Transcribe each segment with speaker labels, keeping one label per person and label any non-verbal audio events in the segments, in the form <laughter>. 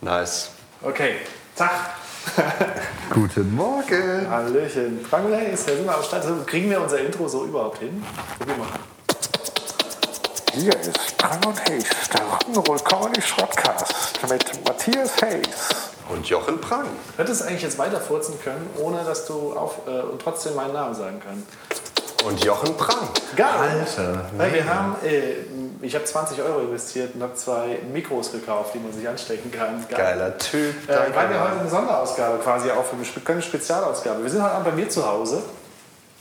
Speaker 1: Nice.
Speaker 2: Okay, Tag.
Speaker 3: Guten Morgen.
Speaker 2: <laughs> Hallöchen. Bangladesch, da sind wir am Start. So, Kriegen wir unser Intro so überhaupt hin? Probier mal.
Speaker 4: Hier ist Drang und Haze, der Rock'n'Roll Comedy Shotcast mit Matthias Hayes.
Speaker 1: Und Jochen Prang.
Speaker 2: Hättest du eigentlich jetzt weiterfurzen können, ohne dass du auf äh, und trotzdem meinen Namen sagen kannst.
Speaker 1: Und Jochen Prang.
Speaker 2: Geil.
Speaker 3: Alter,
Speaker 2: Weil wir haben, äh, ich habe 20 Euro investiert und habe zwei Mikros gekauft, die man sich anstecken kann. Geil.
Speaker 1: Geiler Typ.
Speaker 2: Äh, weil wir heute eine Sonderausgabe quasi aufnehmen. Wir spe- können eine Spezialausgabe. Wir sind heute Abend bei mir zu Hause.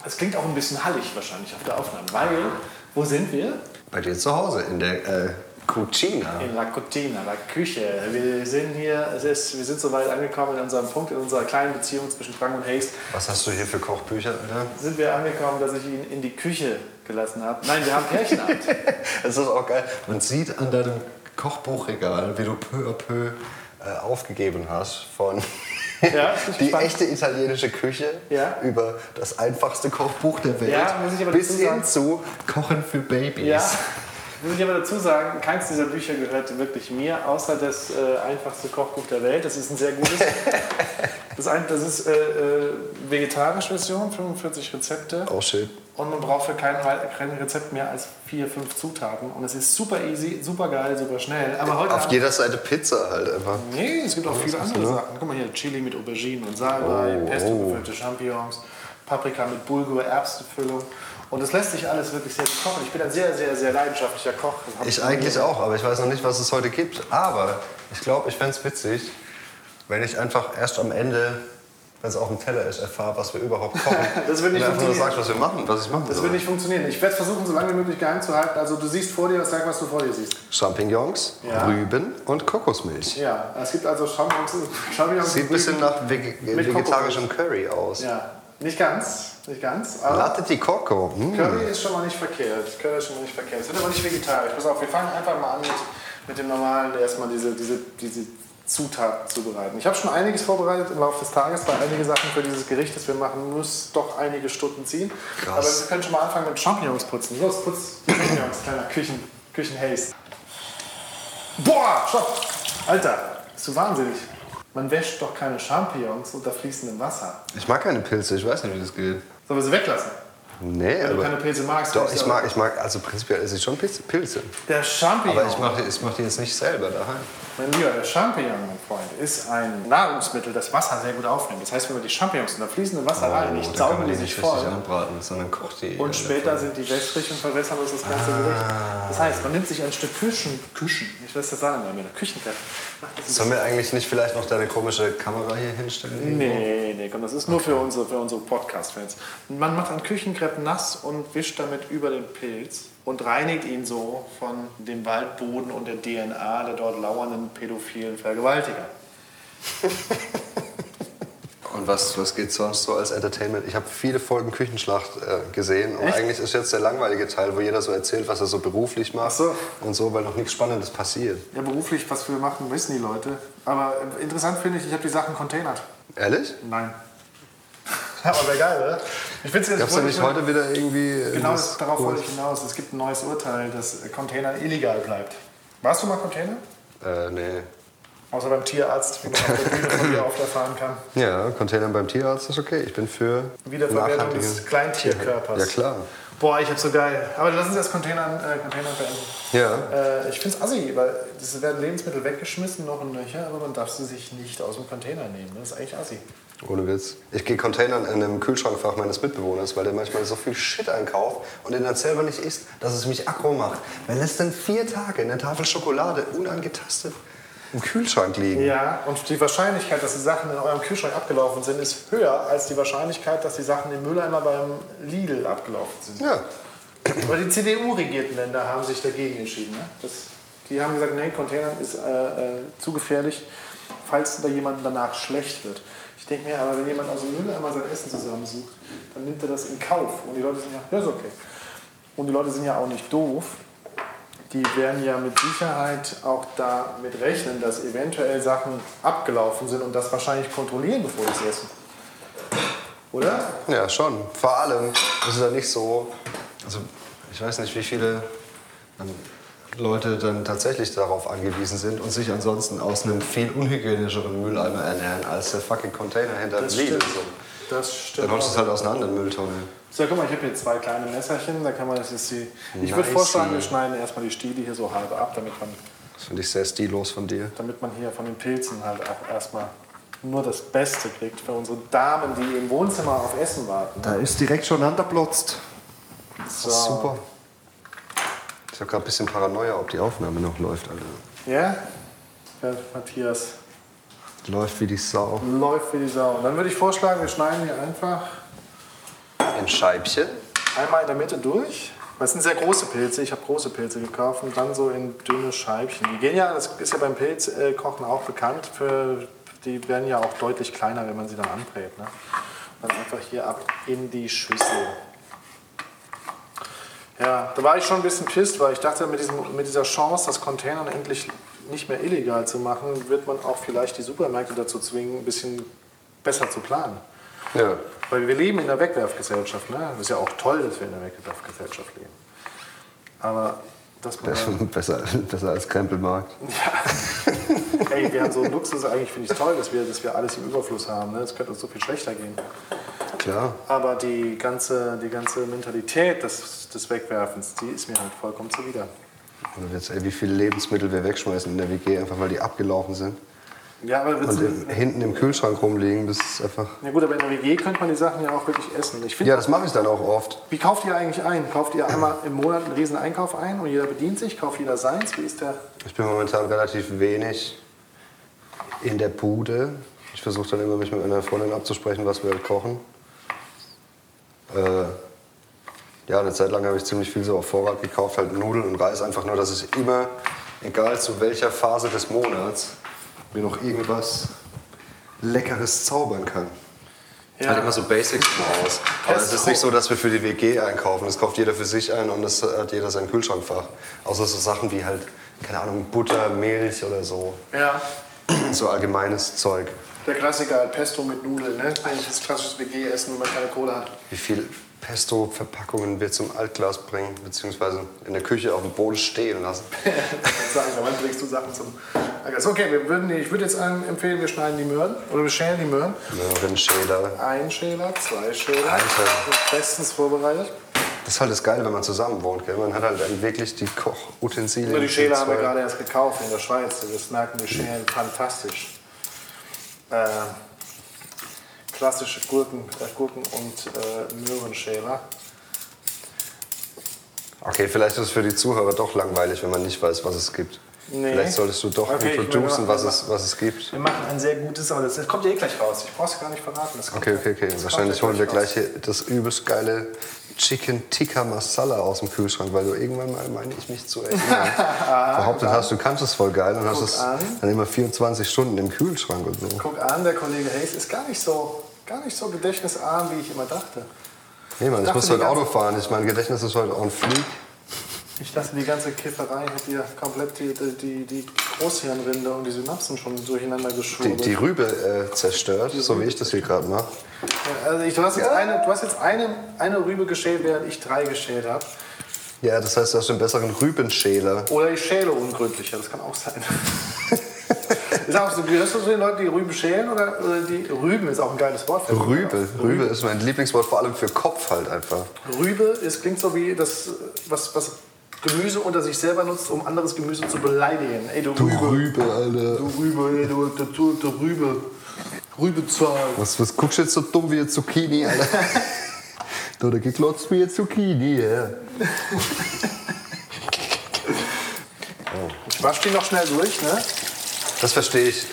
Speaker 2: Das klingt auch ein bisschen hallig wahrscheinlich auf der Aufnahme. Weil, wo sind wir?
Speaker 1: Bei dir zu Hause in der äh, Cucina.
Speaker 2: In La Cucina, la Küche. Wir sind hier, es ist, wir sind so weit angekommen in unserem Punkt, in unserer kleinen Beziehung zwischen Frank und Hayes.
Speaker 1: Was hast du hier für Kochbücher, Alter?
Speaker 2: Sind wir angekommen, dass ich ihn in die Küche gelassen habe. Nein, wir haben Pärchenabend.
Speaker 1: Es ist auch geil. Man sieht an deinem Kochbuchregal, wie du peu à peu äh, aufgegeben hast von
Speaker 2: Ja, ich bin
Speaker 1: <laughs> die
Speaker 2: gespannt.
Speaker 1: echte italienische Küche
Speaker 2: Ja.
Speaker 1: über das einfachste Kochbuch der Welt
Speaker 2: Ja, muss ich aber
Speaker 1: bis
Speaker 2: dazu sagen-
Speaker 1: hin zu Kochen für Babys.
Speaker 2: ja. Muss ich aber dazu sagen, keins dieser Bücher gehörte wirklich mir, außer das äh, einfachste Kochbuch der Welt. Das ist ein sehr gutes. Das, ein, das ist äh, äh, vegetarische Version, 45 Rezepte.
Speaker 1: Auch schön.
Speaker 2: Und man braucht für kein, Re- kein Rezept mehr als vier, fünf Zutaten. Und es ist super easy, super geil, super schnell. Aber heute
Speaker 1: Auf
Speaker 2: Abend-
Speaker 1: jeder Seite Pizza halt einfach.
Speaker 2: Nee, es gibt auch viele andere Sachen. Guck mal hier, Chili mit Auberginen und Salbei,
Speaker 1: Oh,
Speaker 2: Pesto gefüllte Champignons, Paprika mit Bulgur, Erbsenfüllung. Und es lässt sich alles wirklich sehr gut kochen. Ich bin ein sehr, sehr, sehr leidenschaftlicher Koch. Das hab
Speaker 1: Ich eigentlich auch, aber ich weiß noch nicht, was es heute gibt. Aber ich glaube, ich fände es witzig, wenn ich einfach erst am Ende, wenn es auf dem Teller ist, erfahre, was wir überhaupt kochen.
Speaker 2: <laughs> Das wird nicht
Speaker 1: Und einfach nur
Speaker 2: funktionieren.
Speaker 1: sagst, was wir machen, was ich machen
Speaker 2: Das
Speaker 1: soll.
Speaker 2: wird nicht funktionieren. Ich werde versuchen, so lange wie möglich geheim zu halten. Also du siehst vor dir, sag, was du vor dir siehst.
Speaker 1: Champignons,
Speaker 2: Ja.
Speaker 1: Rüben und Kokosmilch.
Speaker 2: Ja, es gibt also Champignons. Champignons
Speaker 1: Sieht ein bisschen nach Vege
Speaker 2: Mit
Speaker 1: vegetarischem Curry aus.
Speaker 2: Ja, nicht ganz, nicht ganz. Aber
Speaker 1: Latte di Coco. mm.
Speaker 2: Curry ist schon mal nicht verkehrt. Curry ist schon mal nicht verkehrt. Es wird aber nicht vegetarisch. Pass auf, wir fangen einfach mal an mit, mit dem normalen, erstmal diese, diese, diese Zutaten zubereiten. Ich habe schon einiges vorbereitet im Laufe des Tages, weil einige Sachen für dieses Gericht, das wir machen, muss doch einige Stunden ziehen.
Speaker 1: Krass.
Speaker 2: Aber wir können schon mal anfangen mit Champignons putzen. Los, putz die Champignons, kleiner Küchen, Küchenhaste. Boah, stopp! Alter, bist du wahnsinnig? Man wäscht doch keine Champignons unter fließendem Wasser.
Speaker 1: Ich mag keine Pilze, ich weiß nicht, wie das geht.
Speaker 2: Sollen wir sie weglassen?
Speaker 1: Nee,
Speaker 2: Wenn du
Speaker 1: aber.
Speaker 2: Also keine Pilze magst.
Speaker 1: Doch,
Speaker 2: kannst du
Speaker 1: ich
Speaker 2: aber-
Speaker 1: mag, ich mag, also prinzipiell esse ich schon Pilze. Pilze.
Speaker 2: Der Champignon.
Speaker 1: Aber ich mache ich mach die jetzt nicht selber daheim.
Speaker 2: Mein Lieber, der Champignon, mein Freund, ist ein Nahrungsmittel, das Wasser sehr gut aufnimmt. Das heißt, wenn man die Champignons in das fließende Wasser reinigt,
Speaker 1: da kann
Speaker 2: saugen
Speaker 1: man
Speaker 2: die sich
Speaker 1: Äh, Oh, nicht
Speaker 2: voll.
Speaker 1: richtig anbraten, sondern kocht die. äh,
Speaker 2: Und später sind die wässrig und verwässern uns das ganze Gericht.
Speaker 1: Ah.
Speaker 2: Das heißt, man nimmt sich ein Stück Küchen, Küchen, ich weiß das sagen, aber eine Küchenkette. Macht das ein
Speaker 1: Sollen wir eigentlich nicht vielleicht noch deine komische Kamera hier hinstellen?
Speaker 2: Nee, nee, komm, das ist nur für unsere, für unsere Podcast-Fans. Man macht einen Küchenkrepp nass und wischt damit über den Pilz und reinigt ihn so von dem Waldboden und der DNA der dort lauernden pädophilen Vergewaltiger.
Speaker 1: Und was, was geht sonst so als Entertainment? Ich habe viele Folgen Küchenschlacht äh, gesehen und eigentlich ist jetzt der langweilige Teil, wo jeder so erzählt, was er so beruflich macht
Speaker 2: so.
Speaker 1: und so, weil noch nichts Spannendes passiert.
Speaker 2: Ja, beruflich, was wir machen, wissen die Leute. Aber äh, interessant finde ich, ich habe die Sachen containert.
Speaker 1: Ehrlich?
Speaker 2: Nein. <laughs> Aber wäre geil, oder? Ich finde es
Speaker 1: Gab's da nicht heute wieder irgendwie... äh, in
Speaker 2: Genau,
Speaker 1: das-
Speaker 2: darauf wollte ich hinaus. Es gibt ein neues Urteil, dass äh, Container illegal bleibt. Warst du mal Container?
Speaker 1: Äh, nee.
Speaker 2: Außer beim Tierarzt, wie man auf der Bühne von
Speaker 1: <laughs>
Speaker 2: dir oft erfahren kann.
Speaker 1: Ja, Container beim Tierarzt ist okay. Ich bin für
Speaker 2: Wiederverwertung
Speaker 1: nachhaltige-
Speaker 2: des Kleintierkörpers.
Speaker 1: Ja, klar.
Speaker 2: Boah, ich hab's so geil. Aber lass uns das Containern, äh, Containern beenden.
Speaker 1: Ja.
Speaker 2: Äh, ich find's assi, weil es werden Lebensmittel weggeschmissen, noch ein Löcher, aber man darf sie sich nicht aus dem Container nehmen. Das ist eigentlich assi.
Speaker 1: Ohne Witz. Ich gehe Containern in einem Kühlschrankfach meines Mitbewohners, weil der manchmal so viel Shit einkauft und den dann selber nicht isst, dass es mich aggro macht. Wer lässt denn vier Tage eine Tafel Schokolade unangetastet im Kühlschrank liegen?
Speaker 2: Ja, und die Wahrscheinlichkeit, dass die Sachen in eurem Kühlschrank abgelaufen sind, ist höher als die Wahrscheinlichkeit, dass die Sachen im Mülleimer beim Lidl abgelaufen sind.
Speaker 1: Ja.
Speaker 2: Aber die CDU-regierten Länder haben sich dagegen entschieden. Ne? Das, die haben gesagt, nee, Containern ist äh, äh, zu gefährlich, falls da jemand danach schlecht wird. Ich denke mir, aber wenn jemand aus dem Müll einmal sein Essen zusammensucht, dann nimmt er das in Kauf. Und die Leute sind ja, ja, ist okay. Und die Leute sind ja auch nicht doof. Die werden ja mit Sicherheit auch damit rechnen, dass eventuell Sachen abgelaufen sind und das wahrscheinlich kontrollieren, bevor sie es essen. Oder?
Speaker 1: Ja, schon. Vor allem ist es ja nicht so. Also, ich weiß nicht, wie viele. Man Leute dann tatsächlich darauf angewiesen sind und sich ansonsten aus einem viel unhygienischeren Mülleimer ernähren als der fucking Container hinter
Speaker 2: Das
Speaker 1: dem Lidl.
Speaker 2: stimmt.
Speaker 1: So.
Speaker 2: Das stimmt.
Speaker 1: Dann holst du es
Speaker 2: auch.
Speaker 1: halt aus einer anderen Mülltonne.
Speaker 2: So, guck mal, ich habe hier zwei kleine Messerchen, da kann man das jetzt die. Ich würde
Speaker 1: Nice.
Speaker 2: vorschlagen, wir schneiden erstmal die Stiele hier so halb ab, damit man,
Speaker 1: Das finde ich sehr stillos von dir.
Speaker 2: damit man hier von den Pilzen halt auch erstmal nur das Beste kriegt für unsere Damen, die im Wohnzimmer auf Essen warten.
Speaker 3: Da ist direkt schon angeplotzt.
Speaker 2: So.
Speaker 1: Super. Ich habe gerade ein bisschen Paranoia, ob die Aufnahme noch läuft, Also, Alter.
Speaker 2: Ja? ja? Matthias
Speaker 1: Läuft wie die Sau.
Speaker 2: läuft wie die Sau. Und dann würde ich vorschlagen, wir schneiden hier einfach
Speaker 1: In Scheibchen.
Speaker 2: einmal in der Mitte durch. Weil es sind sehr große Pilze, ich habe große Pilze gekauft und dann so in dünne Scheibchen. Die gehen ja, das ist ja beim Pilzkochen auch bekannt, für, die werden ja auch deutlich kleiner, wenn man sie dann anbrät. Ne? Und dann einfach hier ab in die Schüssel. Ja, da war ich schon ein bisschen pisst, weil ich dachte, mit, diesem, mit dieser Chance, das Containern endlich nicht mehr illegal zu machen, wird man auch vielleicht die Supermärkte dazu zwingen, ein bisschen besser zu planen.
Speaker 1: Ja.
Speaker 2: Weil wir leben in einer Wegwerfgesellschaft. Ne? Das ist ja auch toll, dass wir in einer Wegwerfgesellschaft leben. Aber dass man.
Speaker 1: <laughs> Besser, besser als Krempelmarkt. <laughs>
Speaker 2: Ey, wir haben so einen Luxus, eigentlich finde ich es toll, dass wir, dass wir alles im Überfluss haben. Ne? Es könnte uns so viel schlechter gehen.
Speaker 1: Klar.
Speaker 2: Aber die ganze, die ganze Mentalität des, des Wegwerfens, die ist mir halt vollkommen zuwider.
Speaker 1: Und Also jetzt, ey, wie viele Lebensmittel wir wegschmeißen in der WG, einfach weil die abgelaufen sind.
Speaker 2: Ja, aber
Speaker 1: Und
Speaker 2: wird's-
Speaker 1: im, hinten im Kühlschrank rumliegen, bis es einfach.
Speaker 2: ja gut, aber in der WG könnte man die Sachen ja auch wirklich essen. Ich finde,
Speaker 1: Ja, das mache ich dann auch oft.
Speaker 2: wie kauft ihr eigentlich ein? Kauft ihr einmal im Monat einen riesen Einkauf ein und jeder bedient sich? Kauft jeder seins? Wie ist der?
Speaker 1: Ich bin momentan relativ wenig in der Bude. Ich versuche dann immer, mich mit meiner Freundin abzusprechen, was wir halt kochen. Äh, ja, eine Zeit lang habe ich ziemlich viel so auf Vorrat gekauft, halt Nudeln und Reis. Einfach nur, dass ich immer, egal zu welcher Phase des Monats, mir noch irgendwas Leckeres zaubern kann. Halt immer so Basics im Haus. Aber es ist nicht
Speaker 2: oh.
Speaker 1: so, dass wir für die WG einkaufen. Das kauft jeder für sich ein und das hat jeder sein Kühlschrankfach. Außer so Sachen wie halt, keine Ahnung, Butter, Milch oder so.
Speaker 2: ja.
Speaker 1: So allgemeines Zeug.
Speaker 2: Der Klassiker, halt Pesto mit Nudeln, ne? Eigentlich das klassische WG-Essen, wenn man keine Kohle hat.
Speaker 1: Wie viel Pesto-Verpackungen wir zum Altglas bringen, beziehungsweise in der Küche auf dem Boden stehen
Speaker 2: <laughs>
Speaker 1: lassen.
Speaker 2: Sagen, wann bringst du Sachen zum. Also, okay, wir würden, ich würde jetzt einem empfehlen, wir schneiden die Möhren oder wir schälen die Möhren.
Speaker 1: Möhrenschäler.
Speaker 2: Ein Schäler, zwei Schäler.
Speaker 1: Alter.
Speaker 2: Und Bestens vorbereitet.
Speaker 1: Das ist halt das Geile, wenn man zusammen wohnt. Gell? Man hat halt dann wirklich die Kochutensilien.
Speaker 2: Nur die Schäler haben wir
Speaker 1: Zwei-
Speaker 2: gerade erst gekauft in der Schweiz. Das merken wir schälen fantastisch. Äh, klassische Gurken, äh, Gurken und äh, Möhrenschäler.
Speaker 1: Okay, vielleicht ist es für die Zuhörer doch langweilig, wenn man nicht weiß, was es gibt.
Speaker 2: Nee.
Speaker 1: Vielleicht solltest du doch
Speaker 2: Okay, ich
Speaker 1: introducen,
Speaker 2: will-
Speaker 1: was es, was es gibt.
Speaker 2: Wir machen ein sehr gutes, aber das, das kommt ja eh gleich raus. Ich brauch's gar nicht verraten. Das kommt
Speaker 1: Okay,
Speaker 2: ja-
Speaker 1: okay, okay.
Speaker 2: das
Speaker 1: Wahrscheinlich
Speaker 2: kommt
Speaker 1: holen
Speaker 2: ja
Speaker 1: wir gleich
Speaker 2: raus.
Speaker 1: hier das übelst geile Chicken Tikka Masala aus dem Kühlschrank, weil du irgendwann mal, meine ich mich zu
Speaker 2: <laughs>
Speaker 1: erinnern, behauptet hast, du kannst es voll geil und hast es
Speaker 2: Ah, an.
Speaker 1: dann immer 24 Stunden im Kühlschrank und so.
Speaker 2: Guck an, der Kollege Hayes ist gar nicht so, gar nicht so gedächtnisarm, wie ich immer dachte.
Speaker 1: Nee, Mann, ich
Speaker 2: dachte
Speaker 1: muss
Speaker 2: die
Speaker 1: heute
Speaker 2: ganze-
Speaker 1: Auto fahren. Ich mein Gedächtnis ist heute on fleek.
Speaker 2: Ich dachte, die ganze Kifferei hat dir komplett die, die, die, die Großhirnrinde und die Synapsen schon durcheinander
Speaker 1: Die,
Speaker 2: geschoben.
Speaker 1: die Rübe äh, zerstört, so wie ich das hier gerade mache.
Speaker 2: Ja, also ich, du hast jetzt, eine, du hast jetzt eine, eine Rübe geschält, während ich drei geschält habe.
Speaker 1: Ja, das heißt, du hast einen besseren Rübenschäler.
Speaker 2: Oder ich schäle ungründlicher, das kann auch sein. <laughs> ist auch so, gehörst du zu den Leuten, die Rüben schälen? Oder, oder die Rüben ist auch ein geiles Wort. für
Speaker 1: Rübe. Rübe ist mein Lieblingswort, vor allem für Kopf halt einfach.
Speaker 2: Rübe ist, klingt so wie das, äh, was, was Gemüse unter sich selber nutzt, um anderes Gemüse zu beleidigen. Ey, du, Oh, Rübe.
Speaker 1: Alter.
Speaker 2: Du Rübe, ey, du, du, du, du Rübe. Rübezahl.
Speaker 1: Was, was guckst du jetzt so dumm wie eine Zucchini,
Speaker 2: <laughs>
Speaker 1: Alter? du, da geklotzt wie eine Zucchini, ja.
Speaker 2: Ich wasch die noch schnell durch, ne?
Speaker 1: Das verstehe ich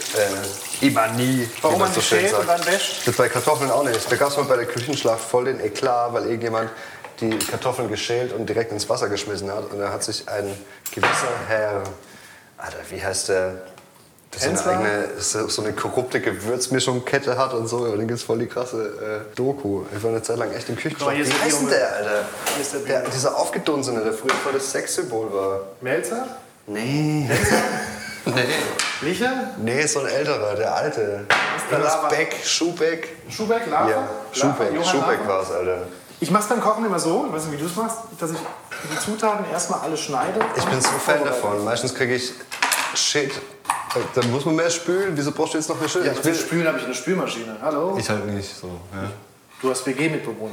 Speaker 1: äh, immer nie,
Speaker 2: Warum
Speaker 1: wie
Speaker 2: man
Speaker 1: so
Speaker 2: die
Speaker 1: schön
Speaker 2: schält
Speaker 1: sagt.
Speaker 2: und dann wäscht?
Speaker 1: Das bei Kartoffeln auch nicht. Da gab es mal bei der Küchenschlacht voll den Eklat, weil irgendjemand die Kartoffeln geschält und direkt ins Wasser geschmissen hat. Und da hat sich ein gewisser Herr, Alter, wie heißt der? Das ist
Speaker 2: Hensler?
Speaker 1: eine eigene, so so eine korrupte Gewürzmischung-Kette hat und so. Und dann gibt's voll die krasse äh, Doku. Ich war eine Zeit lang echt im
Speaker 2: Guck
Speaker 1: Küchenschrank.
Speaker 2: mal, hier
Speaker 1: Wie
Speaker 2: ist der
Speaker 1: heißt denn
Speaker 2: Junge.
Speaker 1: der, Alter?
Speaker 2: Hier ist der
Speaker 1: der dieser Aufgedunsene, der früher voll das Sexsymbol war.
Speaker 2: Melzer?
Speaker 1: Nee. <laughs> nee.
Speaker 2: Licher?
Speaker 1: Nee, ist so ein älterer, der alte.
Speaker 2: der
Speaker 1: Jonas
Speaker 2: Lava?
Speaker 1: Beck, Schubeck.
Speaker 2: Schubeck, Lava?
Speaker 1: Ja,
Speaker 2: Lava,
Speaker 1: Schubeck,
Speaker 2: Johann
Speaker 1: Schubeck
Speaker 2: Lava?
Speaker 1: war es, Alter.
Speaker 2: Ich mach's beim Kochen immer so, ich weiß nicht, wie du es machst, dass ich die Zutaten erstmal alle schneide.
Speaker 1: Ich bin
Speaker 2: und
Speaker 1: so Fan
Speaker 2: vorbereite.
Speaker 1: davon. Meistens kriege ich Shit. Dann muss man mehr spülen. Wieso brauchst du jetzt noch mehr Shit?
Speaker 2: Ja, ich will spülen, habe ich eine Spülmaschine. Hallo?
Speaker 1: Ich halt nicht so. Ja.
Speaker 2: du hast WG-Mitbewohner.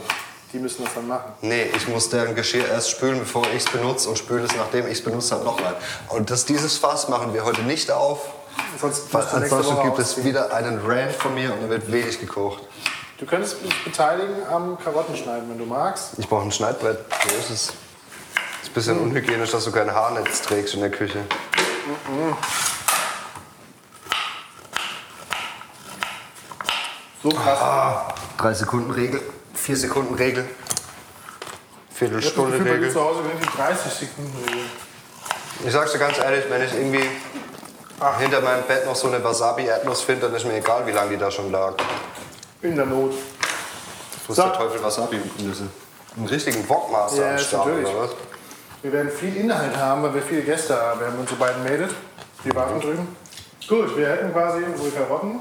Speaker 2: Die müssen das dann machen.
Speaker 1: Nee, ich muss deren Geschirr erst spülen, bevor ich es benutze und spüle es, nachdem ich es benutzt habe, noch rein. Und das, dieses Fass machen wir heute nicht auf,
Speaker 2: Sonst
Speaker 1: weil
Speaker 2: musst du nächste
Speaker 1: ansonsten
Speaker 2: Woche
Speaker 1: gibt es
Speaker 2: ausziehen.
Speaker 1: wieder einen Rant von mir und da wird wenig gekocht.
Speaker 2: Du könntest dich beteiligen am Karottenschneiden, wenn du magst.
Speaker 1: Ich brauche ein Schneidbrett. So ist es. Ist ein
Speaker 2: Hm.
Speaker 1: bisschen unhygienisch, dass du kein Haarnetz trägst in der Küche.
Speaker 2: So krass.
Speaker 1: Ah, 3 Sekunden Regel, 4 Sekunden Regel,
Speaker 2: Ich hab das
Speaker 1: Viertelstunde
Speaker 2: Gefühl, bei dir
Speaker 1: Regel.
Speaker 2: zu Hause werden die 30 Sekunden regeln.
Speaker 1: Ich sag's dir ganz ehrlich, wenn ich irgendwie hinter meinem Bett noch so eine Wasabi-Erdnuss finde, dann ist mir egal, wie lange die da schon lag.
Speaker 2: In der Not.
Speaker 1: Frisst
Speaker 2: So.
Speaker 1: der Teufel Wasabi und Nüsse. Einen richtigen Wokmaster
Speaker 2: Ja,
Speaker 1: am Start,
Speaker 2: natürlich.
Speaker 1: oder was?
Speaker 2: Wir werden viel Inhalt haben, weil wir viele Gäste haben. Wir haben unsere beiden Mädels, die warten drüben. Gut, wir hätten quasi unsere Karotten,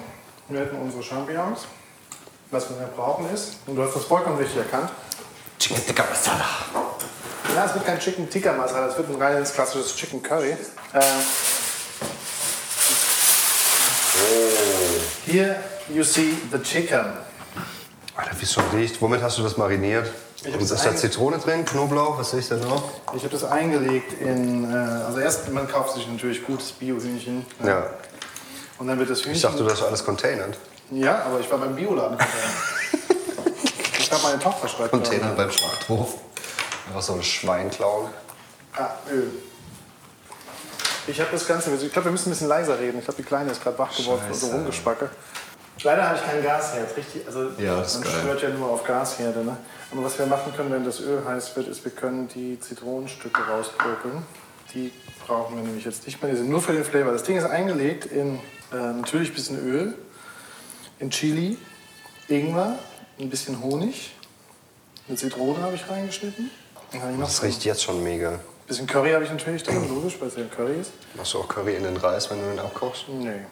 Speaker 2: wir hätten unsere Champignons. Was wir noch brauchen ist, und du hast das vollkommen richtig erkannt,
Speaker 1: Chicken Tikka Masala.
Speaker 2: ja, es wird kein Chicken Tikka Masala, es wird ein reines klassisches Chicken Curry. Äh, Here you see the chicken.
Speaker 1: Alter, wie es schon riecht. Womit hast du das mariniert?
Speaker 2: hab's
Speaker 1: Und ist da
Speaker 2: ein-
Speaker 1: Zitrone drin, Knoblauch, was sehe ich denn noch?
Speaker 2: Ich habe das eingelegt in, äh, also erst, man kauft sich natürlich gutes Bio-Hühnchen.
Speaker 1: Ja.
Speaker 2: Und dann wird das Hühnchen
Speaker 1: Ich dachte, du hast alles containert.
Speaker 2: Ja, aber ich war beim Bioladen. ich habe meine Tochter schreibt.
Speaker 1: Container beim Schlachthof. Einfach so ein Schwein klauen.
Speaker 2: Ah, Öl. Ich habe das Ganze. Ich glaube, wir müssen ein bisschen leiser reden. Ich glaube, die Kleine ist gerade wach geworden von so
Speaker 1: Scheiße.
Speaker 2: rumgespacke. Leider habe ich kein Gasherd, richtig? Also
Speaker 1: Ja, das ist
Speaker 2: man
Speaker 1: geil.
Speaker 2: schwört ja nur auf Gasherde. Ne? Aber was wir machen können, wenn das Öl heiß wird, ist, wir können die Zitronenstücke rauspökeln. Die brauchen wir nämlich jetzt nicht mehr. Die sind nur für den Flavor. Das Ding ist eingelegt in äh, natürlich ein bisschen Öl, in Chili, Ingwer, ein bisschen Honig. Eine Zitrone habe ich reingeschnitten. Dann habe ich noch
Speaker 1: Das riecht jetzt schon mega.
Speaker 2: ein bisschen Curry habe ich natürlich drin, logisch, weil es ja ein Curry ist.
Speaker 1: Machst du auch Curry in den Reis, wenn du den abkochst?
Speaker 2: Nee.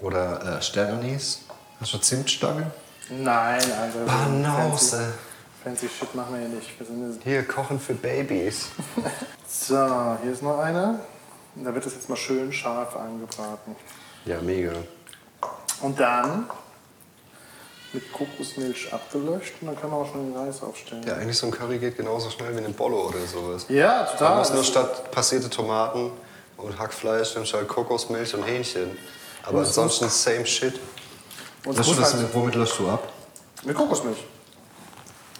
Speaker 1: Oder äh, Sternanis? Hast du Zimtstange?
Speaker 2: Nein, also.
Speaker 1: Banause.
Speaker 2: Fancy, fancy Shit machen wir hier nicht. Wir sind jetzt-
Speaker 1: Hier, kochen für Babys.
Speaker 2: so, hier ist noch eine. Und Da wird das jetzt mal schön scharf angebraten.
Speaker 1: Ja, mega.
Speaker 2: Und dann mit Kokosmilch abgelöscht und dann kann man auch schon den Reis aufstellen.
Speaker 1: Ja, eigentlich so ein Curry geht genauso schnell wie ein Bollo oder sowas.
Speaker 2: Ja,
Speaker 1: Man
Speaker 2: total.
Speaker 1: muss nur
Speaker 2: Das-
Speaker 1: statt passierte Tomaten und Hackfleisch nimmst du halt Kokosmilch und Hähnchen. Aber
Speaker 2: Was?
Speaker 1: ansonsten same shit.
Speaker 2: Und es muss halt
Speaker 1: womit löschst du ab?
Speaker 2: mit Kokosmilch.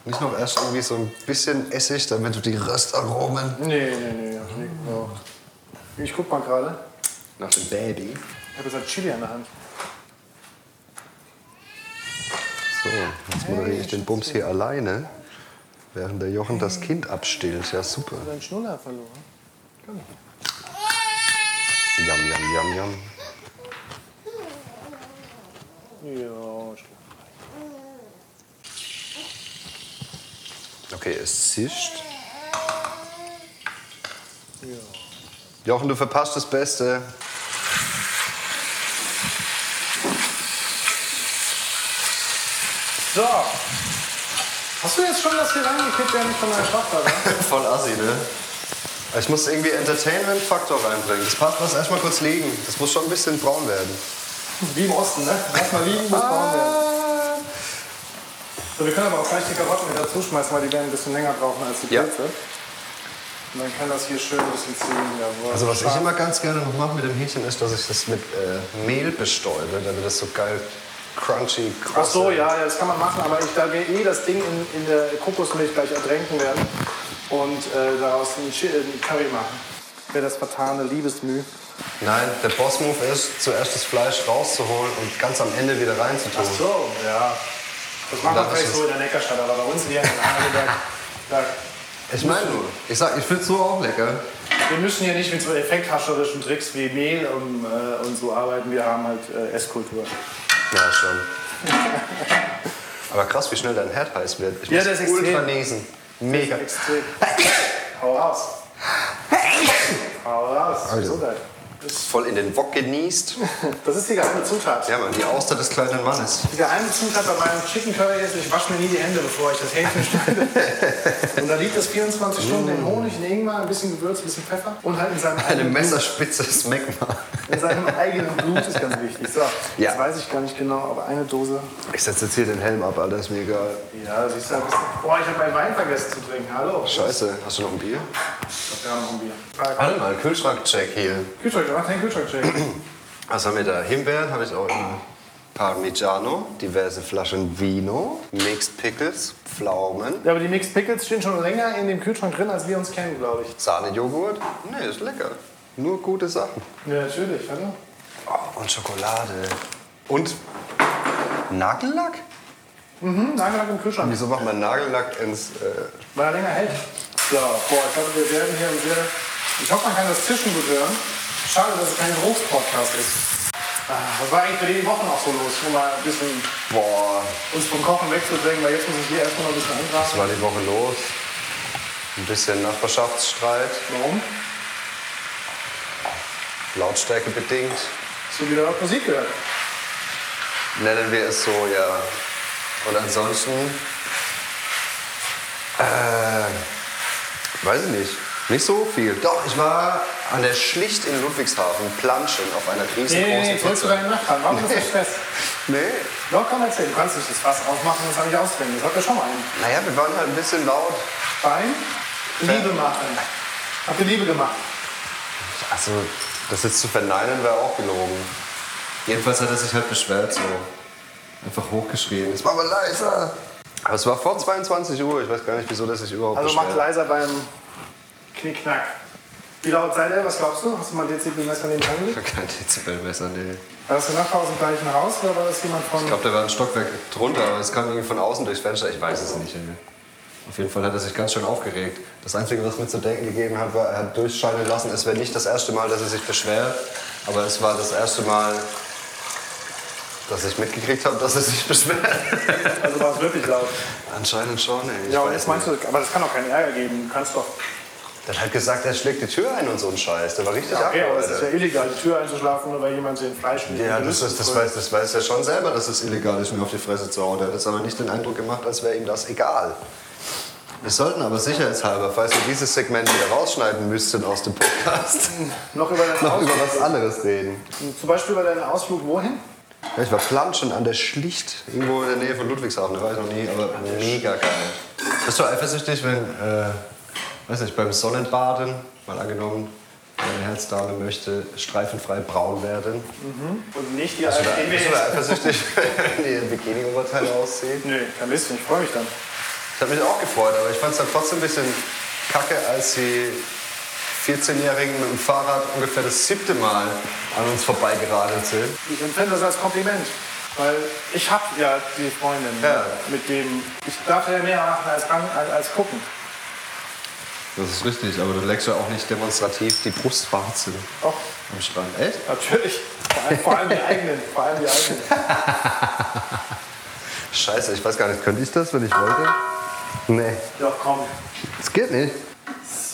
Speaker 1: Nicht noch erst irgendwie so ein bisschen Essig, damit du die Röstaromen
Speaker 2: Nee, nee, nee. hab ich nicht gebraucht. Ich guck mal gerade.
Speaker 1: nach dem Baby.
Speaker 2: Ich habe jetzt ein Chili an der Hand.
Speaker 1: So, jetzt moderiere ich den Bums hier alleine, während der Jochen das Kind abstillt. Ja, super.
Speaker 2: Ich habe einen Schnuller verloren.
Speaker 1: Yam, yam, yam, yam.
Speaker 2: Ja, stimmt.
Speaker 1: Okay, es zischt. Jochen, du verpasst das
Speaker 2: <laughs>
Speaker 1: Beste.
Speaker 2: So. Hast du jetzt schon das hier reingekippt, während ich von meiner Tochter war?
Speaker 1: Voll assi, ne? Ich muss irgendwie Entertainment-Faktor reinbringen. Das passt, lass erstmal kurz liegen. Das muss schon ein bisschen braun werden.
Speaker 2: Wie im Osten, ne? Lass mal liegen, muss braun
Speaker 1: Ah.
Speaker 2: werden. So, wir können aber auch gleich die Karotten wieder zuschmeißen, weil die werden ein bisschen länger brauchen als die
Speaker 1: Ja.
Speaker 2: Pilze. Und dann kann das hier schön ein bisschen ziehen. Jawohl.
Speaker 1: Also was ich
Speaker 2: Scharf.
Speaker 1: immer ganz gerne noch mache mit dem Hähnchen ist, dass ich das mit äh, Mehl bestäube, damit das so geil crunchy,
Speaker 2: Ach
Speaker 1: kross
Speaker 2: so,
Speaker 1: wird.
Speaker 2: ja, ja, das kann man machen, aber ich, da wir eh das Ding in, in der Kokosmilch gleich ertränken werden und äh, daraus einen, Chi- äh, einen Curry machen. Wäre das vertane Liebesmüh.
Speaker 1: Oh. Nein, der Boss-Move ist, zuerst das Fleisch rauszuholen und ganz am Ende wieder reinzutun.
Speaker 2: Ach so, ja. Das machen wir
Speaker 1: Dann ist
Speaker 2: vielleicht
Speaker 1: es-
Speaker 2: so in der Neckarstadt, aber bei uns hier in Hagenberg, da,
Speaker 1: Ich meine nur, ich sag, ich find's so auch lecker.
Speaker 2: wir müssen hier nicht mit so effekthascherischen Tricks wie Mehl und, äh, und so arbeiten. Wir haben halt äh, Esskultur.
Speaker 1: Ja, schon. <laughs> Aber krass, wie schnell dein Herd heiß wird. Ich
Speaker 2: Ja,
Speaker 1: muss
Speaker 2: das ist
Speaker 1: ultra
Speaker 2: extrem.
Speaker 1: niesen. Mega.
Speaker 2: Extrem. Hau raus. Hau raus. Gesundheit.
Speaker 1: voll in den Wok genießt.
Speaker 2: Das ist die geheime Zutat.
Speaker 1: Ja, Mann, die Auster des kleinen Mannes.
Speaker 2: Die geheime Zutat bei meinem Chicken Curry ist, ich wasche mir nie die Hände, bevor ich das
Speaker 1: <laughs>
Speaker 2: Hähnchen schneide. und da liegt es 24 Stunden in Honig, in Ingwer, ein bisschen Gewürz, ein bisschen Pfeffer und halt in seinem
Speaker 1: Mm. Eine
Speaker 2: eigenen,
Speaker 1: Messerspitze schmeckt mal.
Speaker 2: in seinem eigenen Blut ist ganz wichtig. So,
Speaker 1: Ja.
Speaker 2: das weiß ich gar nicht genau, aber eine Dose.
Speaker 1: Ich setze jetzt hier den Helm ab, Alter, ist mir egal.
Speaker 2: Ja, siehst du, ein bisschen. Boah, ich habe meinen Wein vergessen zu trinken. Hallo.
Speaker 1: Scheiße, hast du noch ein Bier?
Speaker 2: Wir haben noch ein Bier.
Speaker 1: Warte mal, Kühlschrankcheck hier.
Speaker 2: Kühlschrank, wir machen den Kühlschrank-Check.
Speaker 1: Was haben wir da? Himbeeren habe ich auch immer. Parmigiano, diverse Flaschen Vino, Mixed Pickles, Pflaumen,
Speaker 2: <clears throat> Ja, aber die Mixed Pickles stehen schon länger in dem Kühlschrank drin, als wir uns kennen, glaube ich.
Speaker 1: Sahnejoghurt. Nee, ist lecker. Nur gute Sachen.
Speaker 2: Ja, natürlich, hallo.
Speaker 1: Oh, und Schokolade. Und Nagellack?
Speaker 2: Mhm, Nagellack im Kühlschrank.
Speaker 1: Wieso macht man Nagellack ins... Äh,
Speaker 2: Weil er länger hält. So, boah, ich glaube, wir werden hier sehr. Ich hoffe, man kann das Zischen gut hören. Schade, dass es kein Geruchspodcast ist. Ah, Was war eigentlich bei den Wochen auch so los? Um mal ein bisschen
Speaker 1: boah,
Speaker 2: uns vom Kochen wegzudrängen, weil jetzt muss ich hier erstmal noch ein bisschen
Speaker 1: was
Speaker 2: angrasen.
Speaker 1: war die Woche los? Ein bisschen Nachbarschaftsstreit,
Speaker 2: Warum?
Speaker 1: Lautstärke bedingt.
Speaker 2: Hast du wieder Musik gehört?
Speaker 1: Nennen wir es so, ja. Und ansonsten. Äh, weiß ich nicht. Nicht so viel. Doch, ich war an der Schlicht in Ludwigshafen planschen auf einer riesengroßen
Speaker 2: Nee, nee, nee, zurück
Speaker 1: Pizza.
Speaker 2: zu deinen Nachbarn. Warum ist <laughs> das Stress?
Speaker 1: Nee.
Speaker 2: Doch, komm, erzähl. Du kannst nicht das Fass aufmachen und es nicht ausdrängen. Das hat ja schon mal einen.
Speaker 1: Naja, wir waren halt ein bisschen laut.
Speaker 2: Bein, Liebe machen. Habt ihr Liebe gemacht?
Speaker 1: Also, das jetzt zu verneinen wäre auch gelogen. Jedenfalls hat er sich halt beschwert, so. Einfach hochgeschrien. Jetzt mach mal leiser. Aber es war vor 22 Uhr. Ich weiß gar nicht, wieso das sich überhaupt
Speaker 2: Also macht
Speaker 1: beschwert.
Speaker 2: leiser beim Knickknack. Wie laut seid ihr? Was glaubst du? Hast du mal Dezibelmesser neben
Speaker 1: Ich
Speaker 2: angelegt?
Speaker 1: hab kein Dezibelmesser, nee.
Speaker 2: War das eine Nachbar aus dem gleichen Haus oder war das jemand von...
Speaker 1: Ich glaube, da war ein Stockwerk drunter, aber es kam irgendwie von außen durchs Fenster. Ich weiß es nicht. Ey. Auf jeden Fall hat er sich ganz schön aufgeregt. Das Einzige, was mir zu denken gegeben hat, war, er hat durchscheinen lassen, es wäre nicht das erste Mal, dass er sich beschwert, aber es war das erste Mal, dass ich mitgekriegt habe, dass er sich <laughs> beschwert.
Speaker 2: Also war es wirklich laut.
Speaker 1: Anscheinend schon, ey. Ich
Speaker 2: Ja, und
Speaker 1: weiß
Speaker 2: jetzt meinst du, aber das kann doch keinen Ärger geben. Du kannst doch...
Speaker 1: nicht. Der hat gesagt, er schlägt die Tür ein und so ein Scheiß. Der war richtig
Speaker 2: Ja, okay, aber es
Speaker 1: Alter.
Speaker 2: ist ja illegal, die Tür einzuschlafen, nur weil jemand den Fleisch nicht
Speaker 1: Ja, das, ist, das, weiß, das weiß er schon selber, dass es illegal ist, mir auf die Fresse zu hauen. Er hat jetzt aber nicht den Eindruck gemacht, als wäre ihm das egal. Wir sollten aber sicherheitshalber, falls wir dieses Segment wieder rausschneiden müssten aus dem Podcast, <laughs>
Speaker 2: Noch über deinen
Speaker 1: noch über
Speaker 2: Ausflug.
Speaker 1: was anderes reden.
Speaker 2: Zum Beispiel über deinen Ausflug wohin?
Speaker 1: Ja, ich war planschen an der Schlicht, irgendwo in der Nähe von Ludwigshafen, da war ich noch nie, aber mega geil. Bist du eifersüchtig, wenn, äh, weiß nicht, beim Sonnenbaden, mal angenommen, deine Herzdame möchte streifenfrei braun werden?
Speaker 2: Und nicht die
Speaker 1: Bist du
Speaker 2: alte
Speaker 1: da- bist du da <laughs> eifersüchtig, wenn die ihr Bikini-Oberteil aussehen?
Speaker 2: Nö, kein bisschen, ich freue mich dann.
Speaker 1: Ich habe mich auch gefreut, aber ich fand es dann trotzdem ein bisschen kacke, als die 14-Jährigen mit dem Fahrrad ungefähr das siebte Mal an uns vorbeigeradelt sind.
Speaker 2: Ich empfinde das als Kompliment, weil ich habe ja die Freundin,
Speaker 1: Ja.
Speaker 2: mit dem ich darf ja mehr machen als, an, als, als gucken.
Speaker 1: Das ist richtig, aber du leckst ja auch nicht demonstrativ die Brustwarze
Speaker 2: Doch,
Speaker 1: am Strand. Echt?
Speaker 2: natürlich. Vor allem, vor allem die eigenen, vor allem die eigenen.
Speaker 1: Scheiße, ich weiß gar nicht, könnte ich das, wenn ich wollte? Nee,
Speaker 2: Doch, komm.
Speaker 1: das geht nicht.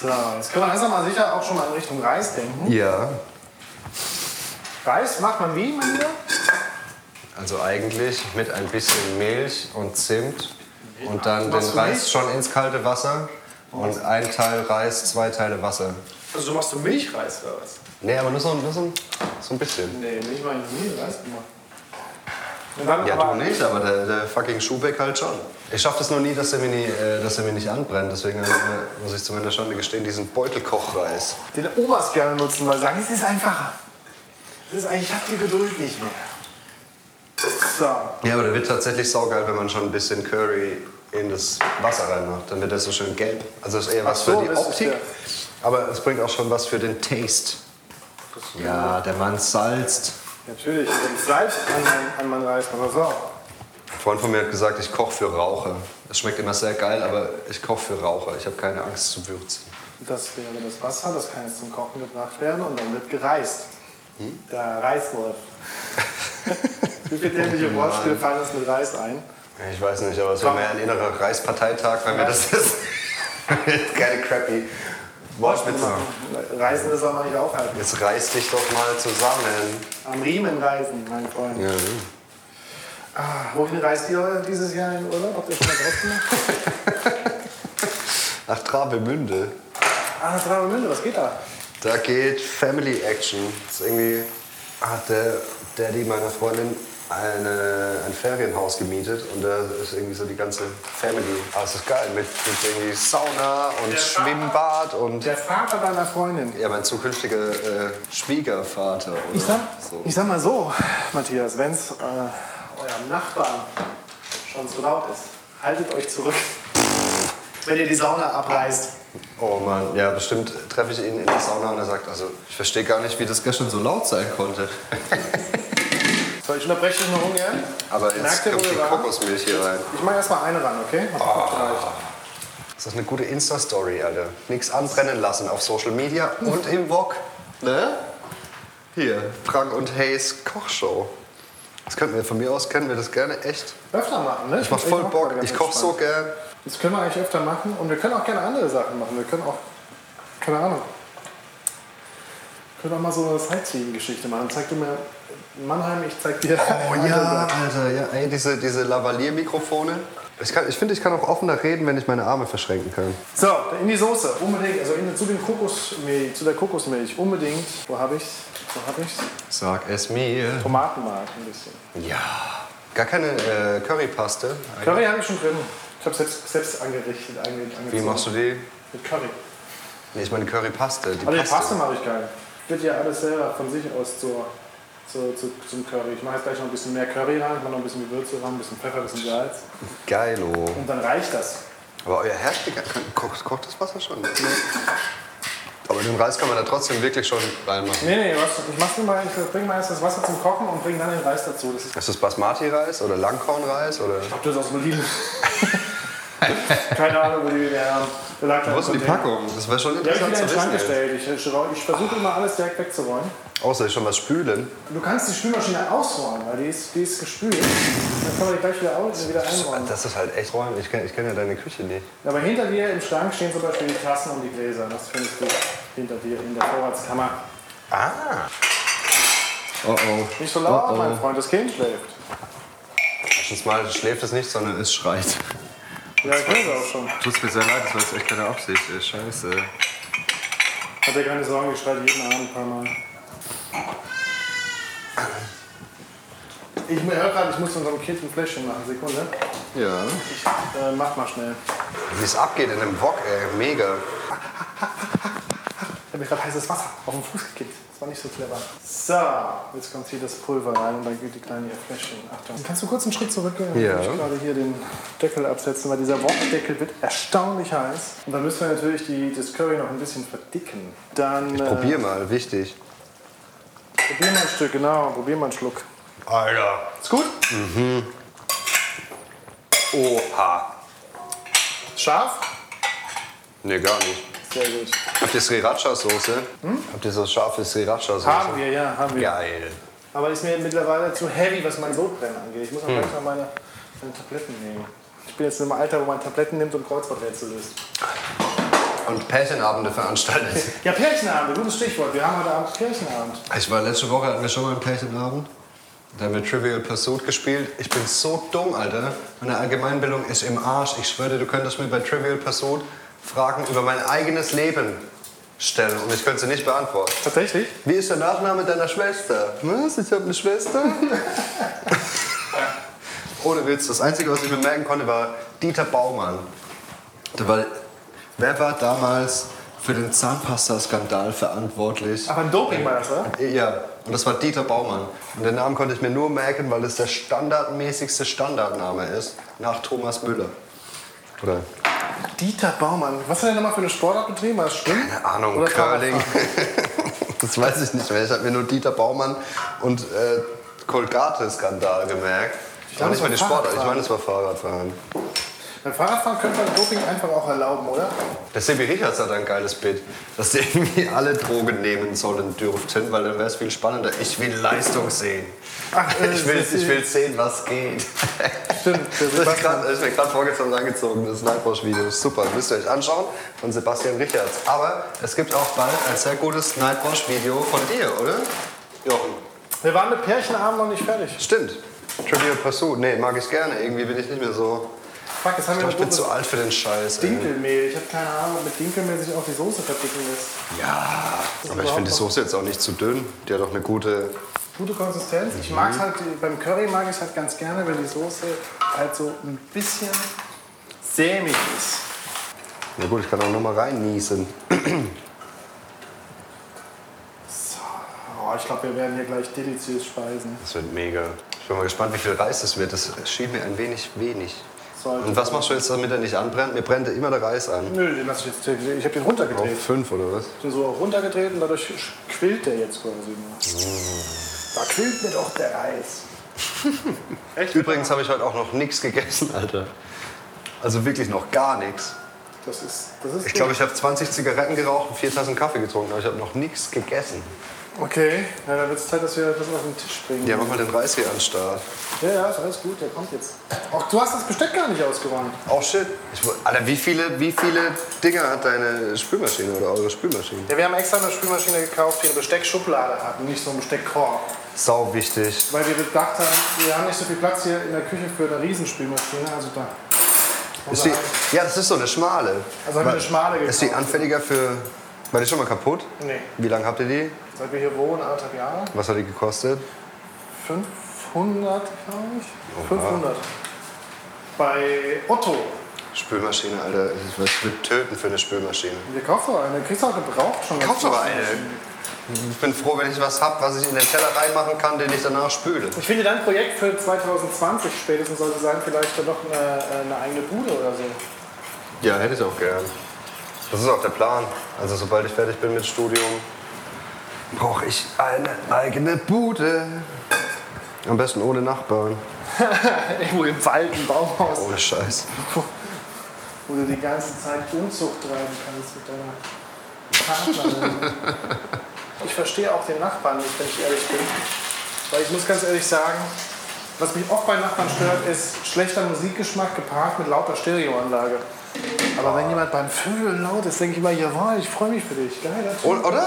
Speaker 2: So, jetzt können wir langsam mal sicher auch schon mal in Richtung Reis denken.
Speaker 1: Ja.
Speaker 2: Reis macht man wie, mein Lieber?
Speaker 1: Also eigentlich mit ein bisschen Milch und Zimt und dann den
Speaker 2: Machst du
Speaker 1: Reis
Speaker 2: Milch?
Speaker 1: schon ins kalte Wasser und ein Teil Reis, zwei Teile Wasser.
Speaker 2: Also du machst du Milchreis oder was?
Speaker 1: Nee, aber nur so, nur so, so ein bisschen.
Speaker 2: Nee, Milch mache ich nie, Reis gemacht. Und dann
Speaker 1: Ja,
Speaker 2: aber-
Speaker 1: du nicht, aber der, der fucking Schubeck halt schon. Ich schaff das nur nie, dass er mir, nie, äh, dass er mir nicht anbrennt. Deswegen äh, muss ich zu meiner Schande gestehen, diesen Beutelkochreis.
Speaker 2: den Omas gerne nutzen, weil sie sagen, es ist einfacher. Es ist eigentlich, ich hab die Geduld nicht mehr. So,
Speaker 1: Ja, aber der wird tatsächlich saugeil, wenn man schon ein bisschen Curry in das Wasser reinmacht. Dann wird das so schön gelb. Also das ist eher was
Speaker 2: Ach so,
Speaker 1: für die
Speaker 2: das ist
Speaker 1: Optik.
Speaker 2: der-
Speaker 1: Aber es bringt auch schon was für den Taste. Ja, der Mann salzt.
Speaker 2: Natürlich, und Salz an mein, an mein Reis, aber so.
Speaker 1: Ein Freund von mir hat gesagt, ich koche für Raucher. Es schmeckt immer sehr geil, aber ich koche für Raucher. Ich habe keine Angst zu würzen.
Speaker 2: Das wäre das Wasser, das kann jetzt zum Kochen gebracht werden und dann wird gereist. Der Reiswolf. Wie viele dämliche Wortspiele fallen uns mit Reis ein?
Speaker 1: Ich weiß nicht, <laughs> aber es war mehr ein innerer Reichsparteitag, weil wir das jetzt keine crappy Wortwitze.
Speaker 2: Reisen ist auch mal nicht aufhalten.
Speaker 1: Jetzt reiß dich doch mal zusammen.
Speaker 2: Am Riemen reisen, mein Freund. Ah, wohin reist ihr dieses Jahr in Urlaub? Habt ihr schon was ausgemacht?
Speaker 1: Nach Travemünde.
Speaker 2: Ah, Travemünde, was geht da?
Speaker 1: Da geht Family Action. Das ist irgendwie hat der Daddy meiner Freundin eine, ein Ferienhaus gemietet und da ist irgendwie so die ganze Family. Ah, es ist geil mit, mit irgendwie Sauna und
Speaker 2: Der Vater-
Speaker 1: Schwimmbad und
Speaker 2: Der Vater deiner Freundin.
Speaker 1: ja, mein zukünftiger äh, Schwiegervater oder
Speaker 2: Ich sag,
Speaker 1: so.
Speaker 2: ich sag mal so, Matthias, wenn's äh, eurem Nachbarn schon so laut ist, haltet euch zurück, wenn ihr die Sauna abreißt.
Speaker 1: Oh Mann, ja, bestimmt treffe ich ihn in der Sauna und er sagt, also ich verstehe gar nicht, wie das gestern so laut sein
Speaker 2: <laughs>
Speaker 1: konnte.
Speaker 2: So, ich unterbreche dich noch ungern.
Speaker 1: Aber jetzt
Speaker 2: Merkt ihr, wo
Speaker 1: kommt die
Speaker 2: wir waren?
Speaker 1: Kokosmilch hier rein.
Speaker 2: Ich mach erst mal eine ran, okay?
Speaker 1: Ah. Das ist eine gute Insta-Story, Alter. Nix anbrennen lassen auf Social Media und im Vlog. Ne? Hier, Frank und Hayes Kochshow. Das könnten wir von mir aus, kennen wir das gerne, echt.
Speaker 2: Öfter machen, ne?
Speaker 1: Ich mach voll Bock, ich koch so gern.
Speaker 2: Das können wir eigentlich öfter machen und wir können auch gerne andere Sachen machen. Wir können auch, keine Ahnung, können auch mal so eine Sightseeing-Geschichte machen. Zeig du mir Mannheim, ich zeig dir. <laughs>
Speaker 1: Oh ja, Alter, ja. Ey, diese, diese Lavalier-Mikrofone. Ich, kann- ich finde, ich kann auch offener reden, wenn ich meine Arme verschränken kann.
Speaker 2: So, in die Soße, unbedingt, also in, zu, den Kokosmilch, zu der Kokosmilch, unbedingt. Wo habe ich's? Wo habe ich's?
Speaker 1: Sag es mir.
Speaker 2: Tomatenmark ein bisschen.
Speaker 1: Ja. Gar keine äh, Currypaste.
Speaker 2: Curry habe ich schon drin. Ich habe selbst, selbst angerichtet, ange, angezogen.
Speaker 1: Wie machst du die?
Speaker 2: Mit Curry.
Speaker 1: Nee, ich meine Currypaste. Also Die
Speaker 2: Aber die
Speaker 1: Paste.
Speaker 2: Paste mache ich geil. Wird ja alles selber von sich aus zur, zur, zu- zum Curry. Ich mache jetzt gleich noch ein bisschen mehr Curry rein, ich mache noch ein bisschen Gewürze rein, ein bisschen Pfeffer, ein bisschen Salz.
Speaker 1: Geilo.
Speaker 2: Und dann reicht das.
Speaker 1: Aber euer Herd kocht, kocht das Wasser schon. Aber den Reis kann man da trotzdem wirklich schon reinmachen.
Speaker 2: Nee, nee, was, ich mach's nur mal, ich bringe mal erst das Wasser zum Kochen und bringe dann den Reis dazu. Das ist,
Speaker 1: Ist das Basmati-Reis oder Langkornreis? Oder?
Speaker 2: ob das aus Molino. Keine Ahnung, wo die der, der lag da im
Speaker 1: Wo ist denn die
Speaker 2: Container.
Speaker 1: Packung? Das wäre schon
Speaker 2: Die habe ich
Speaker 1: interessant
Speaker 2: wieder in
Speaker 1: zu
Speaker 2: den Schrank
Speaker 1: wissen. ey.
Speaker 2: gestellt. Ich, ich, ich versuche immer alles direkt wegzuräumen.
Speaker 1: Außer schon was spülen.
Speaker 2: Du kannst die Spülmaschine ausräumen, weil die ist, die ist gespült. Dann kann man die gleich wieder, aus, wieder einräumen.
Speaker 1: Das ist halt echt räumen. Ich kenne ich kenn ja deine Küche nicht.
Speaker 2: Aber hinter dir im Schrank stehen zum Beispiel die Tassen und die Gläser. Das findest du hinter dir in der Vorratskammer.
Speaker 1: Ah. Oh oh.
Speaker 2: Nicht so laut,
Speaker 1: Oh, oh.
Speaker 2: mein Freund, das Kind schläft.
Speaker 1: Erstens mal schläft es nicht, sondern es schreit.
Speaker 2: Ja, ich höre auch schon.
Speaker 1: Tut's mir sehr leid, das war jetzt echt keine Absicht. ey. Scheiße.
Speaker 2: Hat er keine Sorgen, ich schreite jeden Abend ein paar Mal. Ich höre gerade, ich muss unserem Kind ein Fläschchen machen. Sekunde.
Speaker 1: Ja.
Speaker 2: Ich äh, mach mal schnell.
Speaker 1: Wie es abgeht in einem Wok, ey. Mega.
Speaker 2: Ich habe mir gerade heißes Wasser auf den Fuß gekippt. Das war nicht so clever. So, jetzt kommt hier das Pulver rein und dann geht die kleine ihr Fläschchen. Achtung. Kannst du kurz einen Schritt zurückgehen? Dann
Speaker 1: Ja.
Speaker 2: muss Ich gerade hier den Deckel absetzen, weil dieser Wokdeckel wird erstaunlich heiß. Und dann müssen wir natürlich die, das Curry noch ein bisschen verdicken. Dann äh,
Speaker 1: Probier mal, wichtig.
Speaker 2: probier mal ein Stück, genau. Probier mal einen Schluck.
Speaker 1: Alter.
Speaker 2: Ist gut?
Speaker 1: Oha.
Speaker 2: Scharf?
Speaker 1: Nee, gar nicht.
Speaker 2: Sehr gut.
Speaker 1: Habt ihr Sriracha-Soße? Habt ihr so scharfe
Speaker 2: Hm? Haben
Speaker 1: Sriracha-Soße?
Speaker 2: wir, ja, haben wir.
Speaker 1: Geil.
Speaker 2: Aber ist mir mittlerweile zu heavy, was mein Sodbrennen angeht. Ich muss auch
Speaker 1: Hm.
Speaker 2: gleich mal meine, meine Tabletten nehmen. Ich bin jetzt in einem Alter, wo man Tabletten nimmt, um Kreuzworträtsel löst.
Speaker 1: Und Pärchenabende veranstaltet.
Speaker 2: <laughs> Ja, Pärchenabend, gutes Stichwort. Wir haben heute Abend Pärchenabend.
Speaker 1: Ich war letzte Woche, hatten wir schon mal einen Pärchenabend. Da haben wir Trivial Pursuit gespielt. Ich bin so dumm, Alter. Meine Allgemeinbildung ist im Arsch. Ich schwöre, dir, du könntest mir bei Trivial Pursuit Fragen über mein eigenes Leben stellen und ich könnte sie nicht beantworten.
Speaker 2: Tatsächlich?
Speaker 1: Wie ist der Nachname deiner Schwester? Was? Ich habe eine Schwester? <laughs> Ohne Witz. Das Einzige, was ich mir merken konnte, war Dieter Baumann. Da war, wer war damals für den Zahnpasta-Skandal verantwortlich?
Speaker 2: Aber ein Doping war das, oder?
Speaker 1: Ja, und das war Dieter Baumann. Und den Namen konnte ich mir nur merken, weil es der standardmäßigste Standardname ist, nach Thomas Müller. Oder?
Speaker 2: Dieter Baumann. Was hat er nochmal für eine Sportart betrieben? War das Schwimmen?
Speaker 1: Keine Ahnung,
Speaker 2: Oder
Speaker 1: Curling.
Speaker 2: Fahrradfahren?
Speaker 1: <laughs> das weiß ich nicht mehr. Ich habe mir nur Dieter Baumann und äh, Kolgate-Skandal gemerkt. Ich
Speaker 2: glaub,
Speaker 1: nicht mal die
Speaker 2: das war
Speaker 1: Sportart, ich
Speaker 2: Fahrradfahren.
Speaker 1: meine, es war Fahrradfahren.
Speaker 2: Beim Fahrradfahren könnte man Doping einfach auch erlauben, oder?
Speaker 1: Der Sebi Richards hat ein geiles Bild, dass die irgendwie alle Drogen nehmen sollen dürften, weil dann wäre es viel spannender. Ich will Leistung sehen.
Speaker 2: Ach, äh,
Speaker 1: ich, will,
Speaker 2: das ist-
Speaker 1: ich will sehen, was geht.
Speaker 2: Stimmt, der
Speaker 1: Das ist,
Speaker 2: Sebastian.
Speaker 1: grad, das ist mir äh, gerade vorgestern angezogen, das Nightwatch-Video. ist Super, müsst ihr euch anschauen von Sebastian Richards. Aber es gibt auch bald ein sehr gutes Nightwatch-Video von dir, oder? Jochen.
Speaker 2: Wir waren mit Pärchenabend noch nicht fertig.
Speaker 1: Stimmt. Trivial Pursuit. Nee, mag ich gerne. Irgendwie bin ich nicht mehr so.
Speaker 2: Fuck, jetzt haben
Speaker 1: Ich
Speaker 2: wir
Speaker 1: glaub, ich
Speaker 2: noch
Speaker 1: bin
Speaker 2: gutes
Speaker 1: zu alt für den Scheiß. ey.
Speaker 2: Dinkelmehl. Ich habe keine Ahnung, ob mit Dinkelmehl sich auch die Soße verdicken lässt.
Speaker 1: Ja, aber ich finde die Soße jetzt auch nicht zu dünn. Die hat doch eine gute.
Speaker 2: Gute Konsistenz. Ich
Speaker 1: Mhm.
Speaker 2: mag halt, beim Curry mag ich halt ganz gerne, wenn die Soße halt so ein bisschen sämig ist.
Speaker 1: Na gut, ich kann auch noch mal reinniesen.
Speaker 2: Oh, ich glaube, wir werden hier gleich deliziös speisen.
Speaker 1: Das wird mega. Ich bin mal gespannt, wie viel Reis das wird. Das schien mir ein wenig wenig.
Speaker 2: Sollte.
Speaker 1: Und was machst du jetzt, damit er nicht anbrennt? Mir brennt immer der Reis an.
Speaker 2: Nö, den lasse ich jetzt. Ich habe den
Speaker 1: Auf
Speaker 2: runtergedreht.
Speaker 1: fünf oder was?
Speaker 2: Ich hab den so runtergedreht und dadurch quillt der jetzt quasi nur.
Speaker 1: Mhm.
Speaker 2: Da quillt mir doch der Reis.
Speaker 1: <laughs>
Speaker 2: Echt?
Speaker 1: Übrigens habe ich heute auch noch nichts gegessen, Alter. Also wirklich noch gar nichts.
Speaker 2: Das ist. Das ist
Speaker 1: Ich glaube, ich habe 20 Zigaretten geraucht und 4 Tassen Kaffee getrunken, aber ich habe noch nichts gegessen.
Speaker 2: Okay, na, dann wird es Zeit, dass wir das auf den Tisch bringen.
Speaker 1: Ja, mach mal den Reis hier an den Start.
Speaker 2: ja, ja, ist alles gut, der kommt jetzt. Ach, du hast das Besteck gar nicht ausgeräumt.
Speaker 1: Oh shit. Ich, wo- Alter, wie viele, wie viele Dinger hat deine Spülmaschine oder eure Spülmaschine?
Speaker 2: Ja, wir haben extra eine Spülmaschine gekauft, die eine Besteckschublade hat und nicht so einen Besteckkorb.
Speaker 1: Sau wichtig.
Speaker 2: Weil wir gedacht haben, wir haben nicht so viel Platz hier in der Küche für eine Riesenspülmaschine. Also da.
Speaker 1: Ist die, ja, das ist so eine schmale.
Speaker 2: Also haben wir eine schmale
Speaker 1: Ist die
Speaker 2: gekauft.
Speaker 1: anfälliger für. War die schon mal kaputt?
Speaker 2: Nee.
Speaker 1: Wie lange habt ihr die?
Speaker 2: Seit wir hier wohnen, anderthalb Jahre.
Speaker 1: Was hat die gekostet?
Speaker 2: 500, glaube ich. 500. Bei Otto.
Speaker 1: Spülmaschine, Alter. Ich weiß, ich würde töten für eine Spülmaschine.
Speaker 2: Wir kaufen doch eine. Kriegst du auch gebraucht schon.
Speaker 1: Kauf doch mal eine. Ich bin froh, wenn ich was hab, was ich in den Teller reinmachen kann, den ich danach spüle.
Speaker 2: Ich finde, dein Projekt für 2020 spätestens sollte sein, vielleicht dann doch eine, äh, eine eigene Bude oder so.
Speaker 1: Ja, hätte ich auch gern. Das ist auch der Plan. Also sobald ich fertig bin mit Studium, brauche ich eine eigene Bude. Am besten ohne Nachbarn.
Speaker 2: Irgendwo im Wald, im Baumhaus.
Speaker 1: Ohne Scheiß.
Speaker 2: wo du die ganze Zeit Unzucht treiben kannst mit deiner Partnerin. ich verstehe auch den Nachbarn nicht, wenn ich ehrlich bin. Weil ich muss ganz ehrlich sagen, was mich oft bei Nachbarn stört, ist schlechter Musikgeschmack gepaart mit lauter Stereoanlage. Aber wenn jemand beim Vögeln laut ist, denke ich immer, jawohl, ich freue mich für dich. Geil, das-
Speaker 1: Und, oder?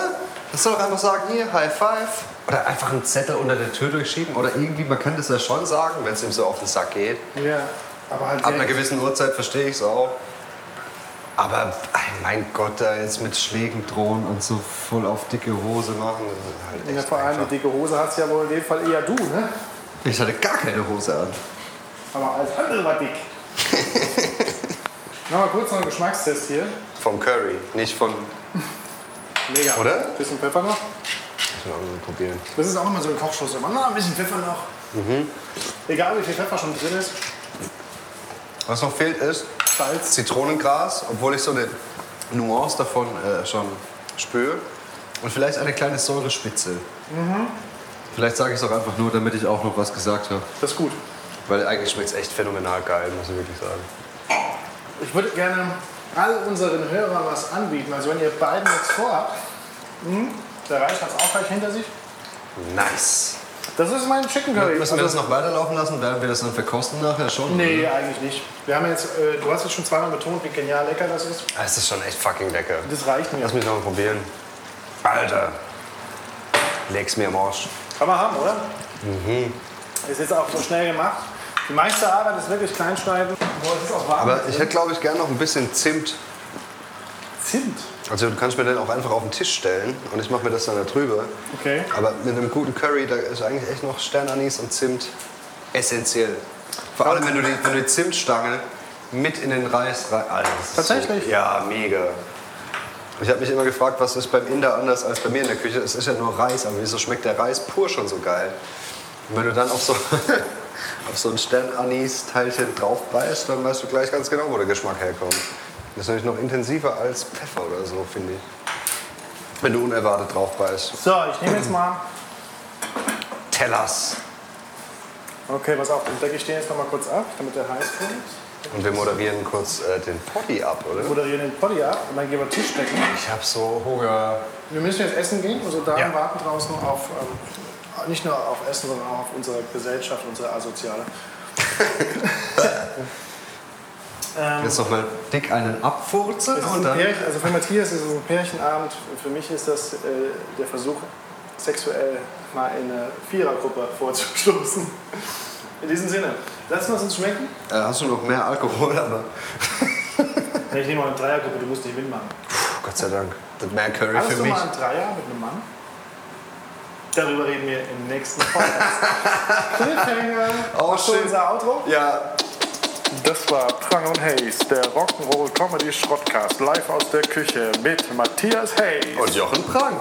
Speaker 1: Das soll doch einfach sagen, hier, High Five. Oder einfach einen Zettel unter der Tür durchschieben. Oder irgendwie, man kann das ja schon sagen, wenn es ihm so auf den Sack geht.
Speaker 2: Ja, aber halt
Speaker 1: Ab einer
Speaker 2: sehr-
Speaker 1: gewissen Uhrzeit verstehe ich es auch. Aber ey, mein Gott, da jetzt mit Schlägen drohen und so voll auf dicke Hose machen, das ist halt
Speaker 2: ja,
Speaker 1: echt
Speaker 2: vor allem
Speaker 1: einfach.
Speaker 2: die dicke Hose hast ja wohl in dem Fall eher du, ne?
Speaker 1: Ich hatte gar keine Hose an.
Speaker 2: Aber alles andere war dick. Nochmal kurz noch einen Geschmackstest hier.
Speaker 1: Vom Curry, nicht von.
Speaker 2: Mega.
Speaker 1: Oder?
Speaker 2: Bisschen Pfeffer noch.
Speaker 1: Ich will auch mal probieren.
Speaker 2: Das ist auch immer so ein Kochschuss. Immer noch ein bisschen Pfeffer noch.
Speaker 1: Mhm.
Speaker 2: Egal wie viel Pfeffer schon drin ist.
Speaker 1: Was noch fehlt ist
Speaker 2: Salz.
Speaker 1: Zitronengras, obwohl ich so eine Nuance davon äh, schon spüre. Und vielleicht eine kleine Säurespitze.
Speaker 2: Mhm.
Speaker 1: Vielleicht sage ich es auch einfach nur, damit ich auch noch was gesagt habe.
Speaker 2: Das ist gut.
Speaker 1: Weil eigentlich schmeckt es echt phänomenal geil, muss ich wirklich sagen.
Speaker 2: Ich würde gerne all unseren Hörern was anbieten. Also wenn ihr beiden jetzt vorhabt, mh, der Reis hat es auch gleich hinter sich.
Speaker 1: Nice.
Speaker 2: Das ist mein Chicken Curry. Also,
Speaker 1: Müssen wir Also das noch weiterlaufen lassen? Werden wir das dann verkosten nachher schon?
Speaker 2: Nee, eigentlich nicht. Wir haben jetzt, äh, du hast es schon zweimal betont, wie genial lecker das ist.
Speaker 1: Ah, Es ist schon echt fucking lecker.
Speaker 2: Das reicht mir.
Speaker 1: Lass mich noch mal probieren. Alter. Leg's mir am Arsch. Mhm.
Speaker 2: Kann man haben, oder? Ist jetzt auch so schnell gemacht. Die meiste Arbeit ist wirklich kleinschneiden. Boah, es ist auch warm.
Speaker 1: Aber ich hätte, glaube ich, gern noch ein bisschen Zimt.
Speaker 2: Zimt.
Speaker 1: Also du kannst mir den auch einfach auf den Tisch stellen und ich mache mir das dann da drüber.
Speaker 2: Okay.
Speaker 1: Aber mit einem guten Curry, da ist eigentlich echt noch Sternanis und Zimt essentiell. Vor allem, wenn du die, wenn du die Zimtstange mit in den Reis rein... Alter, das ist
Speaker 2: Tatsächlich?
Speaker 1: So, ja, mega. Ich habe mich immer gefragt, was ist beim Inder anders als bei mir in der Küche? Es ist ja nur Reis, aber wieso schmeckt der Reis pur schon so geil? Und wenn du dann auf so, <laughs> auf so ein Sternanis-Teilchen drauf beißt, dann weißt du gleich ganz genau, wo der Geschmack herkommt. Das ist nämlich noch intensiver als Pfeffer oder so, finde ich. Wenn du unerwartet drauf beißt.
Speaker 2: So, ich nehme jetzt mal
Speaker 1: Tellers.
Speaker 2: Okay, pass auf, dann decke ich den jetzt noch mal kurz ab, damit der heiß wird.
Speaker 1: Und wir moderieren kurz äh, den Potti ab, oder?
Speaker 2: moderieren den Poddy ab und dann gehen wir Tisch decken.
Speaker 1: Ich hab so Hunger.
Speaker 2: Wir müssen jetzt essen gehen. Also Damen
Speaker 1: Ja.
Speaker 2: warten draußen auf, ähm, nicht nur auf Essen, sondern auch auf unsere Gesellschaft, unsere <laughs> Asoziale. ähm,
Speaker 1: Jetzt noch mal dick einen abfurzen
Speaker 2: es ist
Speaker 1: und
Speaker 2: ein
Speaker 1: dann.
Speaker 2: Pärchen, also für Matthias ist es ein Pärchenabend. Für mich ist das äh, der Versuch, sexuell mal in eine Vierergruppe vorzustoßen. In diesem Sinne, lassen wir es uns schmecken.
Speaker 1: Äh, hast du noch mehr Alkohol, aber.
Speaker 2: Ich nehme mal eine Dreiergruppe, du musst nicht mitmachen.
Speaker 1: Puh, Gott sei Dank. Das mehr Curry
Speaker 2: Hattest
Speaker 1: für
Speaker 2: du
Speaker 1: mich.
Speaker 2: mal einen Dreier mit einem Mann? Darüber reden wir im nächsten <laughs> Podcast. Cliffhanger.
Speaker 1: Oh,
Speaker 2: Hast du
Speaker 1: shit.
Speaker 2: unser Outro?
Speaker 1: Ja,
Speaker 4: Das war Prang und Hayes, der Rock'n'Roll Comedy Schrottcast, live aus der Küche mit Matthias Hayes.
Speaker 1: und Jochen Prang.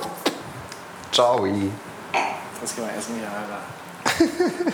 Speaker 1: Ciao.
Speaker 2: Jetzt gehen wir essen, ja, Alter.